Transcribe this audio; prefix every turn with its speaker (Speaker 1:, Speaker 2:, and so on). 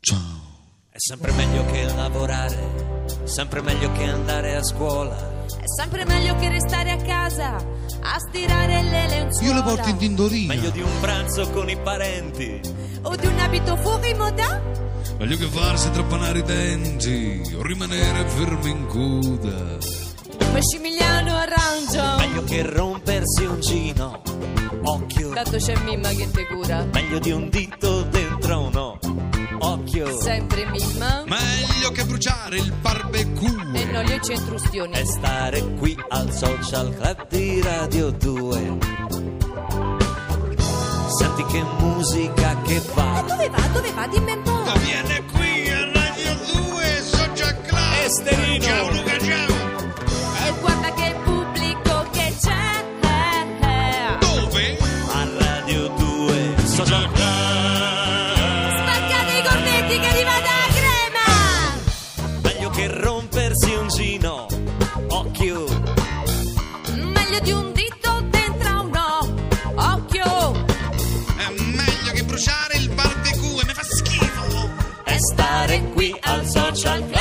Speaker 1: Ciao.
Speaker 2: È sempre meglio che lavorare, sempre meglio che andare a scuola.
Speaker 3: È sempre meglio che restare a casa a stirare le lenzuola.
Speaker 1: Io le porto in tintorina.
Speaker 2: Meglio di un pranzo con i parenti.
Speaker 3: O di un abito fuori moda?
Speaker 1: Meglio che farsi trappanare i denti o rimanere fermi in coda.
Speaker 3: Massimiliano Arrangio.
Speaker 2: Meglio che rompersi un cino. Occhio.
Speaker 3: Tanto c'è Mimma che te cura.
Speaker 2: Meglio di un dito dentro uno. Occhio.
Speaker 3: Sempre Mimma.
Speaker 1: Meglio che bruciare il barbecue.
Speaker 3: E
Speaker 2: Eh
Speaker 3: non le centrustioni.
Speaker 2: E stare qui al social club di Radio 2. Senti che musica che
Speaker 3: Ma
Speaker 2: va.
Speaker 3: dove va? Dove va? Dimmi un po'.
Speaker 1: Ma Ecco, Viene qui a Radio 2, Soggia Club.
Speaker 2: Esterino.
Speaker 1: Ciao Luca, ciao.
Speaker 3: E guarda che pubblico che c'è.
Speaker 1: Dove?
Speaker 2: A Radio 2. Social club.
Speaker 3: Spaccate i cornetti che arriva da crema.
Speaker 2: Meglio che rompersi un cino. Occhio.
Speaker 3: Meglio di un dito dentro uno. Occhio.
Speaker 1: È meglio che bruciare il barbecue, mi fa schifo.
Speaker 2: E stare qui al social club.